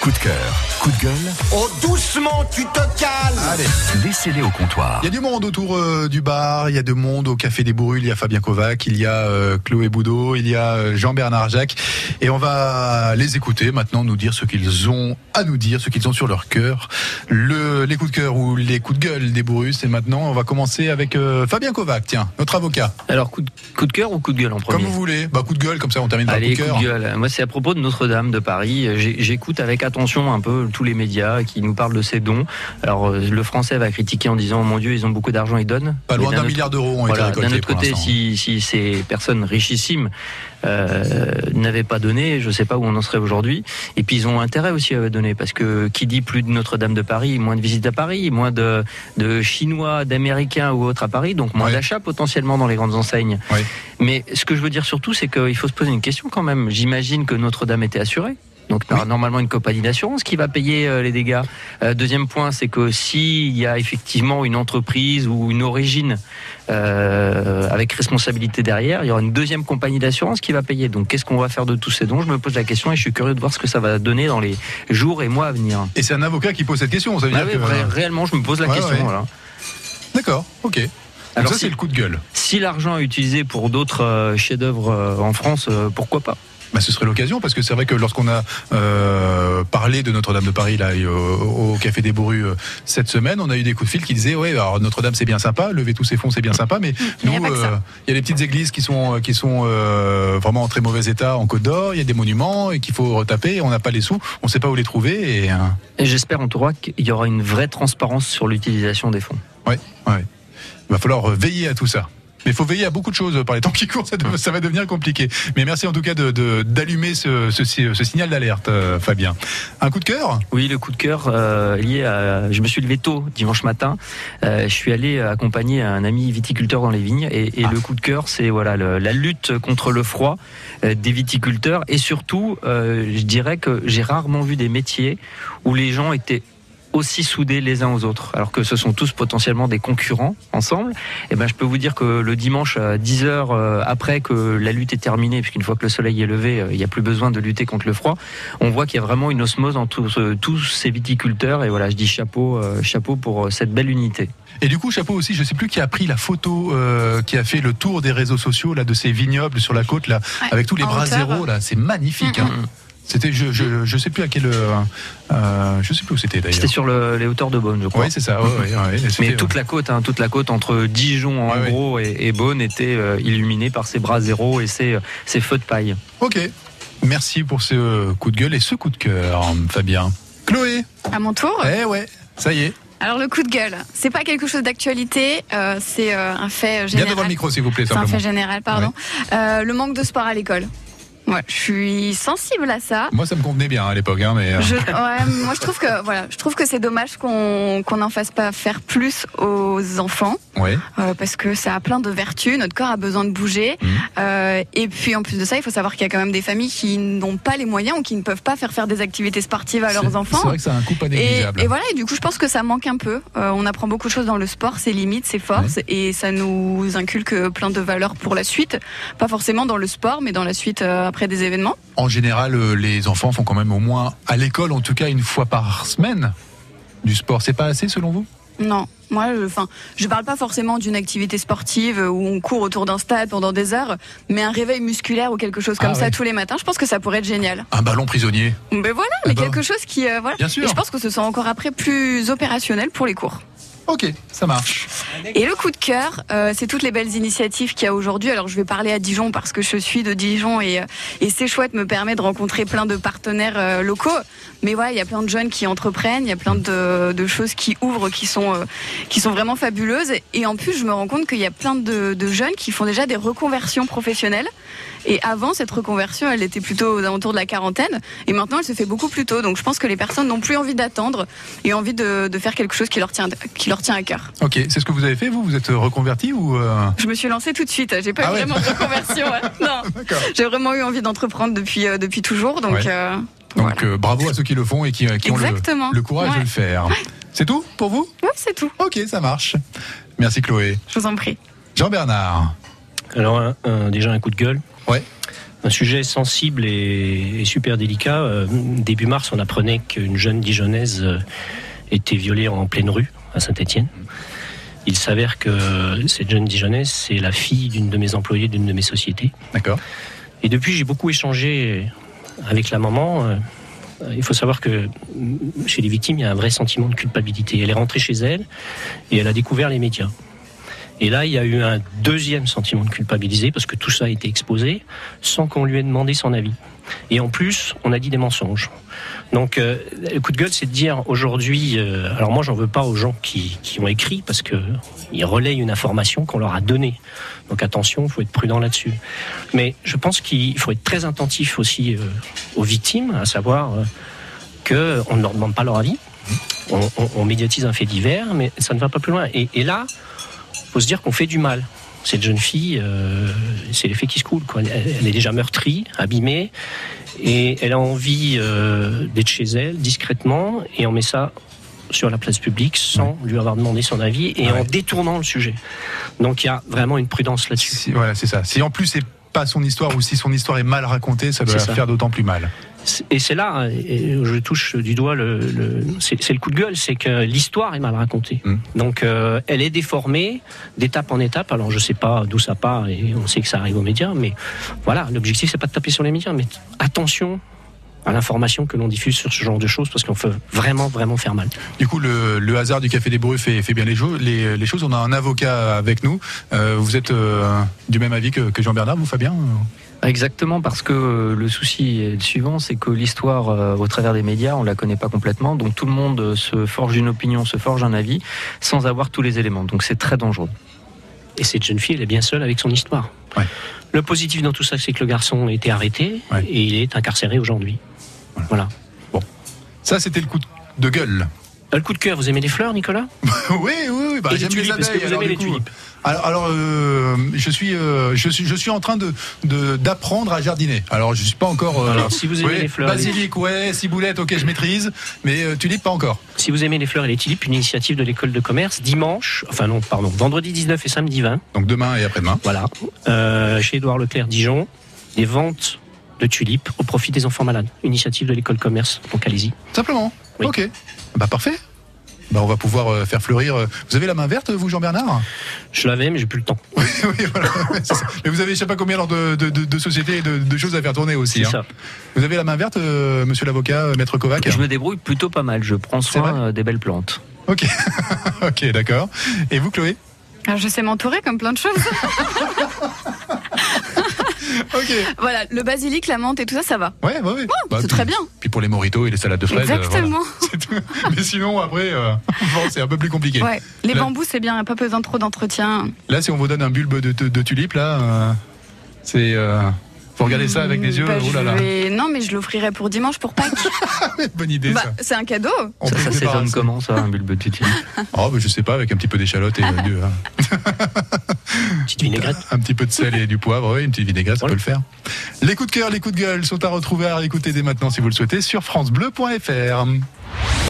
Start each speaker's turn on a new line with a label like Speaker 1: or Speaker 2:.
Speaker 1: Coup de cœur, coup de gueule,
Speaker 2: Oh doucement, tu te calmes
Speaker 1: allez, laissez-les au comptoir.
Speaker 3: Il y a du monde autour euh, du bar, il y a du monde au Café des Bourrules, il y a Fabien Kovac, il y a euh, Chloé Boudot, il y a euh, Jean-Bernard Jacques. Et on va les écouter maintenant, nous dire ce qu'ils ont à nous dire, ce qu'ils ont sur leur cœur. Le, les coups de cœur ou les coups de gueule des Bourrus. Et maintenant, on va commencer avec euh, Fabien Kovac, tiens, notre avocat.
Speaker 4: Alors, coup de, coup de cœur ou coup de gueule en premier
Speaker 3: Comme vous voulez. Bah, coup de gueule, comme ça on termine par le
Speaker 4: Allez,
Speaker 3: coup de
Speaker 4: coup
Speaker 3: cœur.
Speaker 4: de gueule. Moi, c'est à propos de Notre-Dame de Paris. Euh, J'ai- J'écoute avec attention un peu tous les médias qui nous parlent de ces dons. Alors, euh, le français va critiquer en disant Oh Mon Dieu, ils ont beaucoup d'argent, ils donnent.
Speaker 3: Pas
Speaker 4: Mais
Speaker 3: loin d'un
Speaker 4: autre-
Speaker 3: milliard d'euros ont
Speaker 4: Voilà,
Speaker 3: été
Speaker 4: d'un
Speaker 3: récoltés
Speaker 4: autre
Speaker 3: pour
Speaker 4: côté,
Speaker 3: l'instant.
Speaker 4: si, si ces personnes richissimes euh, n'avaient pas donné, je ne sais pas où on en serait aujourd'hui. Et puis ils ont intérêt aussi à donner, parce que qui dit plus de Notre-Dame de Paris, moins de visites à Paris, moins de, de Chinois, d'Américains ou autres à Paris, donc moins
Speaker 3: Ouais.
Speaker 4: d'achats potentiellement dans les grandes enseignes.
Speaker 3: Ouais.
Speaker 4: Mais ce que je veux dire surtout, c'est qu'il faut se poser une question quand même. J'imagine que Notre-Dame était assurée. Donc t'as normalement une compagnie d'assurance qui va payer euh, les dégâts. Euh, deuxième point, c'est que s'il y a effectivement une entreprise ou une origine euh, avec responsabilité derrière, il y aura une deuxième compagnie d'assurance qui va payer. Donc qu'est-ce qu'on va faire de tous ces dons Je me pose la question et je suis curieux de voir ce que ça va donner dans les jours et mois à venir.
Speaker 3: Et c'est un avocat qui pose cette question, ça veut
Speaker 4: Ah
Speaker 3: dire
Speaker 4: oui,
Speaker 3: que... euh,
Speaker 4: vrai- réellement, je me pose la
Speaker 3: Ouais,
Speaker 4: question.
Speaker 3: ouais.
Speaker 4: voilà.
Speaker 3: D'accord, ok. Donc
Speaker 4: Alors,
Speaker 3: ça,
Speaker 4: si-
Speaker 3: c'est le coup de gueule.
Speaker 4: Si l'argent est utilisé pour d'autres euh, chefs-d'œuvre euh, en France, euh, pourquoi pas
Speaker 3: Bah, ce serait l'occasion parce que c'est vrai que lorsqu'on a euh, parlé de Notre-Dame de Paris là et, euh, au, Café des Bourrues euh, cette semaine, on a eu des coups de fil qui disaient ouais alors Notre-Dame c'est bien sympa, lever tous ces fonds c'est bien sympa, mais nous
Speaker 5: Mais Mmh, y a
Speaker 3: euh,
Speaker 5: pas que
Speaker 3: il
Speaker 5: ça.
Speaker 3: y a des petites églises qui sont qui sont euh, vraiment en très mauvais état en Côte d'Or, il y a des monuments et qu'il faut retaper, on n'a pas les sous, on sait pas où les trouver et euh,
Speaker 4: Et J'espère en tout cas qu'il y aura une vraie transparence sur l'utilisation des fonds.
Speaker 3: ouais ouais, il va falloir euh, veiller à tout ça. Mais il faut veiller à beaucoup de choses euh, par les temps qui courent, ça, de- ça va devenir compliqué. Mais merci en tout cas d'allumer de, d'allumer ce, ce- ce signal d'alerte, euh, Fabien. Un coup de cœur
Speaker 4: Oui, le coup de cœur euh, lié à. Je me suis levé tôt dimanche matin. Euh, je suis allé accompagner un ami viticulteur dans les vignes et, et le coup de cœur, c'est voilà le- la lutte contre le froid euh, des viticulteurs et surtout, euh, je dirais que j'ai rarement vu des métiers où les gens étaient aussi soudés les uns aux autres, alors que ce sont tous potentiellement des concurrents ensemble. Et ben, je peux vous dire que le dimanche, à 10 heures euh, après que la lutte est terminée, puisqu'une fois que le soleil est levé, euh, il n'y a plus besoin de lutter contre le froid. On voit qu'il y a vraiment une osmose entre tous ces viticulteurs. Et voilà, je dis chapeau, euh, chapeau pour euh, cette belle unité.
Speaker 3: Et du coup, chapeau aussi, je sais plus qui a pris la photo, euh, qui a fait le tour des réseaux sociaux là de ces vignobles sur la côte là,
Speaker 5: Ouais,
Speaker 3: avec tous les
Speaker 5: en
Speaker 3: bras
Speaker 5: hauteur.
Speaker 3: zéro là, c'est magnifique. hein.
Speaker 4: Mhm.
Speaker 3: C'était, je, je, je sais plus à quel, euh, euh, je sais plus où c'était d'ailleurs.
Speaker 4: C'était sur le- les hauteurs de Beaune, je crois.
Speaker 3: Oui, c'est ça. Ouais, ouais, ouais. Et
Speaker 4: Mais
Speaker 3: c'était-
Speaker 4: toute la côte, hein, toute la côte entre Dijon en
Speaker 3: Ouais,
Speaker 4: gros et, et Beaune était euh, illuminée par ces bras zéro et ces, ces feux de paille.
Speaker 3: euh, Ok. Merci pour ce coup de gueule et ce coup de cœur, Fabien. Chloé.
Speaker 5: À mon tour.
Speaker 3: Eh ouais. Ça y est.
Speaker 5: Alors le coup de gueule, c'est pas quelque chose d'actualité, euh, c'est euh, un
Speaker 3: Bien
Speaker 5: fait général.
Speaker 3: devant le micro, s'il vous plaît,
Speaker 5: C'est un fait
Speaker 3: simplement.
Speaker 5: général, pardon. Euh, le manque de sport à l'école. Ouais, je suis sensible à ça.
Speaker 3: Moi, ça me convenait bien à l'époque, hein, mais. euh,
Speaker 5: Je- ouais, moi je trouve que voilà, je trouve que c'est dommage qu'on qu'on n'en fasse pas faire plus aux enfants
Speaker 3: Ouais.
Speaker 5: euh, parce que ça a plein de vertus. Notre corps a besoin de bouger
Speaker 3: Mhm.
Speaker 5: Euh, et puis en plus de ça, il faut savoir qu'il y a quand même des familles qui n'ont pas les moyens ou qui ne peuvent pas faire faire des activités sportives à
Speaker 3: C'est-
Speaker 5: leurs enfants.
Speaker 3: C'est vrai que c'est un coup pas
Speaker 5: Et,
Speaker 3: négligeable.
Speaker 5: et voilà, et du coup, je pense que ça manque un peu. Euh, on apprend beaucoup de choses dans le sport, ses limites, ses forces, et ça nous inculque euh, plein de valeurs pour la suite. Pas forcément dans le sport, mais dans la suite euh, après des événements.
Speaker 3: en général, euh, les enfants font quand même au moins, à l'école en tout cas, une fois par semaine du sport. C'est pas assez selon vous
Speaker 5: Non, moi, je- enfin, je parle pas forcément d'une activité sportive euh, où on court autour d'un stade pendant des heures, mais un réveil musculaire ou quelque chose comme
Speaker 3: Ah
Speaker 5: ça
Speaker 3: ouais.
Speaker 5: tous les matins. Je pense que ça pourrait être génial.
Speaker 3: Un ballon prisonnier
Speaker 5: Mais voilà,
Speaker 3: Ah
Speaker 5: mais
Speaker 3: bah.
Speaker 5: quelque chose qui, euh, voilà.
Speaker 3: Bien sûr.
Speaker 5: Et je pense que ce sera encore après plus opérationnel pour les cours.
Speaker 3: Ok, ça marche.
Speaker 5: Et le coup de cœur, euh, c'est toutes les belles initiatives qu'il y a aujourd'hui. Alors je vais parler à Dijon parce que je suis de Dijon et, euh, et c'est chouette, me permet de rencontrer plein de partenaires euh, locaux. Mais voilà, il y a plein de jeunes qui entreprennent, il y a plein de, de choses qui ouvrent, qui sont, euh, qui sont vraiment fabuleuses. Et en plus, je me rends compte qu'il y a plein de, de jeunes qui font déjà des reconversions professionnelles. Et avant, cette reconversion, elle était plutôt aux alentours de la quarantaine. Et maintenant, elle se fait beaucoup plus tôt. Donc je pense que les personnes n'ont plus envie d'attendre et envie de, de faire quelque chose qui leur tient, qui leur tient à cœur.
Speaker 3: Ok, c'est ce que vous avez fait, vous Vous êtes reconverti ou... euh,
Speaker 5: Je me suis lancée tout de suite. J'ai pas
Speaker 3: Ah
Speaker 5: eu
Speaker 3: ouais.
Speaker 5: vraiment de reconversion. ouais. Non,
Speaker 3: D'accord.
Speaker 5: j'ai vraiment eu envie d'entreprendre depuis euh, depuis toujours. Donc
Speaker 3: Ouais.
Speaker 5: euh,
Speaker 3: Donc
Speaker 5: voilà.
Speaker 3: euh, bravo à ceux qui le font et qui, euh, qui ont le,
Speaker 5: Exactement.
Speaker 3: le courage de
Speaker 5: Ouais.
Speaker 3: le faire. C'est tout pour vous
Speaker 5: Ouais, c'est tout.
Speaker 3: Ok, ça marche. Merci Chloé.
Speaker 5: Je vous en prie.
Speaker 3: Jean-Bernard.
Speaker 6: Alors, un- un- déjà un coup de gueule.
Speaker 3: Ouais.
Speaker 6: un sujet sensible et, et super délicat. Euh, Début mars, on apprenait qu'une jeune Dijonnaise euh, était violée en pleine rue à Saint-Étienne. Il s'avère que euh, cette jeune Dijonnaise, c'est la fille d'une de mes employées d'une de mes sociétés.
Speaker 3: D'accord.
Speaker 6: Et depuis, j'ai beaucoup échangé avec la maman. Euh, Il faut savoir que mm, chez les victimes, il y a un vrai sentiment de culpabilité. Elle est rentrée chez elle et elle a découvert les médias. Et là, il y a eu un deuxième sentiment de culpabiliser parce que tout ça a été exposé sans qu'on lui ait demandé son avis. Et en plus, on a dit des mensonges. Donc, euh, le coup de gueule, c'est de dire aujourd'hui. euh, alors moi, j'en veux pas aux gens qui, qui ont écrit parce que ils relayent une information qu'on leur a donnée. Donc attention, il faut être prudent là-dessus. Mais je pense qu'il faut être très attentif aussi euh, aux victimes, à savoir euh, que on ne leur demande pas leur avis. On, on- on médiatise un fait divers, mais ça ne va pas plus loin. Et, et là, faut se dire qu'on fait du mal. Cette jeune fille, euh, c'est l'effet qui se coule. Quoi. Elle, elle est déjà meurtrie, abîmée, et elle a envie euh, d'être chez elle discrètement, et on met ça sur la place publique sans lui avoir demandé son avis et en détournant le sujet. Donc il y a vraiment une prudence là-dessus.
Speaker 3: Si- voilà, c'est ça. Si en plus c'est pas son histoire ou si son histoire est mal racontée, ça doit
Speaker 6: C'est
Speaker 3: la
Speaker 6: ça.
Speaker 3: faire d'autant plus mal.
Speaker 6: Et c'est là, euh, et je touche du doigt le, le- c'est c'est le coup de gueule, c'est que l'histoire est mal racontée.
Speaker 3: Mm.
Speaker 6: Donc euh, elle est déformée d'étape en étape. Alors je sais pas d'où ça part et on sait que ça arrive aux médias, mais voilà, l'objectif c'est pas de taper sur les médias, mais attention à l'information que l'on diffuse sur ce genre de choses parce qu'on peut vraiment vraiment faire mal.
Speaker 3: Du coup, le, le hasard du Café des Bourreux fait, fait bien les, jo- les, les choses. On a un avocat avec nous. Euh, vous êtes euh, du même avis que, que Jean-Bernard, vous, Fabien
Speaker 4: Exactement, parce que euh, le souci est le suivant, c'est que l'histoire, euh, au travers des médias, on la connaît pas complètement, donc tout le monde euh, se forge une opinion, se forge un avis, sans avoir tous les éléments. Donc c'est très dangereux.
Speaker 6: Et cette jeune fille, elle est bien seule avec son histoire.
Speaker 3: Ouais.
Speaker 6: Le positif dans tout ça, c'est que le garçon a été arrêté
Speaker 3: Ouais.
Speaker 6: et il est incarcéré aujourd'hui. Voilà.
Speaker 3: Ça, c'était le coup de- de gueule.
Speaker 6: Euh, Le coup de cœur, vous aimez les fleurs, Nicolas
Speaker 3: oui, oui, oui, bah,
Speaker 6: Et les
Speaker 3: j'aime les
Speaker 6: tulipes, est-ce que
Speaker 3: abeilles.
Speaker 6: vous
Speaker 3: alors,
Speaker 6: aimez
Speaker 3: du
Speaker 6: les
Speaker 3: coup,
Speaker 6: tulipes
Speaker 3: Alors, alors, euh, je, suis, euh, je, suis, je suis en train de- de- d'apprendre à jardiner. Alors, je suis pas encore. euh,
Speaker 6: Alors, si vous aimez
Speaker 3: ouais,
Speaker 6: les fleurs,
Speaker 3: Basilic, ouais, ciboulette, ok, je maîtrise. Mais euh, tulipe, pas encore.
Speaker 6: Si vous aimez les fleurs et les tulipes, une initiative de l'école de commerce, dimanche, enfin non, pardon, vendredi 19 et samedi 20,
Speaker 3: Donc, demain et après-demain.
Speaker 6: voilà, euh, chez Édouard Leclerc Dijon, des ventes de tulipes au profit des enfants malades. Une initiative de l'école commerce, donc allez-y.
Speaker 3: Simplement.
Speaker 6: Oui.
Speaker 3: Ok. Bah, parfait. Bah, on va pouvoir euh, faire fleurir. euh, Vous avez la main verte, vous, Jean-Bernard
Speaker 6: Je l'avais, mais j'ai plus le temps.
Speaker 3: Oui, voilà. c'est ça. Mais vous avez, je sais pas combien alors, de, de- de- de sociétés et de, de choses à faire tourner aussi.
Speaker 6: C'est
Speaker 3: hein.
Speaker 6: ça.
Speaker 3: Vous avez la main verte, euh, monsieur l'avocat, euh, maître Kovac
Speaker 4: Je me débrouille plutôt pas mal, je prends
Speaker 3: C'est
Speaker 4: soin
Speaker 3: vrai
Speaker 4: euh, des belles plantes.
Speaker 3: Ok, ok, d'accord. Et vous, Chloé
Speaker 5: Alors, je sais m'entourer comme plein de choses.
Speaker 3: Ok.
Speaker 5: voilà, le basilic, la menthe et tout ça, ça va.
Speaker 3: Ouais, ouais, ouais. Bah,
Speaker 5: Oh, c'est
Speaker 3: puis-
Speaker 5: très bien.
Speaker 3: Puis pour les moritos et les salades de fraises. euh,
Speaker 5: Exactement.
Speaker 3: voilà, c'est tout. Mais sinon, après, euh, bon, c'est un peu plus compliqué.
Speaker 5: Ouais. Les
Speaker 3: Là-
Speaker 5: bambous, c'est bien, pas besoin de trop d'entretien.
Speaker 3: Là, si on vous donne un bulbe de, de, de tulipe, là, euh, c'est. euh, faut regarder ça avec les yeux.
Speaker 5: Bah,
Speaker 3: oh
Speaker 5: je
Speaker 3: là là.
Speaker 5: vais- Non, mais je l'offrirai pour dimanche pour Pâques.
Speaker 3: Bonne idée,
Speaker 5: bah,
Speaker 3: ça.
Speaker 5: c'est un cadeau.
Speaker 3: On
Speaker 4: Ça,
Speaker 3: peut
Speaker 4: ça
Speaker 3: se
Speaker 4: s'étonne
Speaker 3: débarrasser.
Speaker 4: comment ça, un bulbe de tulipe
Speaker 3: Oh, bah, je sais pas, avec un petit peu d'échalote et euh, du- euh,
Speaker 6: Petite vinaigrette.
Speaker 3: un petit peu de sel et du poivre, oui, une petite vinaigrette, ça
Speaker 6: Voilà.
Speaker 3: peut le faire. Les coups de cœur, les coups de gueule sont à retrouver, à écouter dès maintenant si vous le souhaitez sur FranceBleu.fr.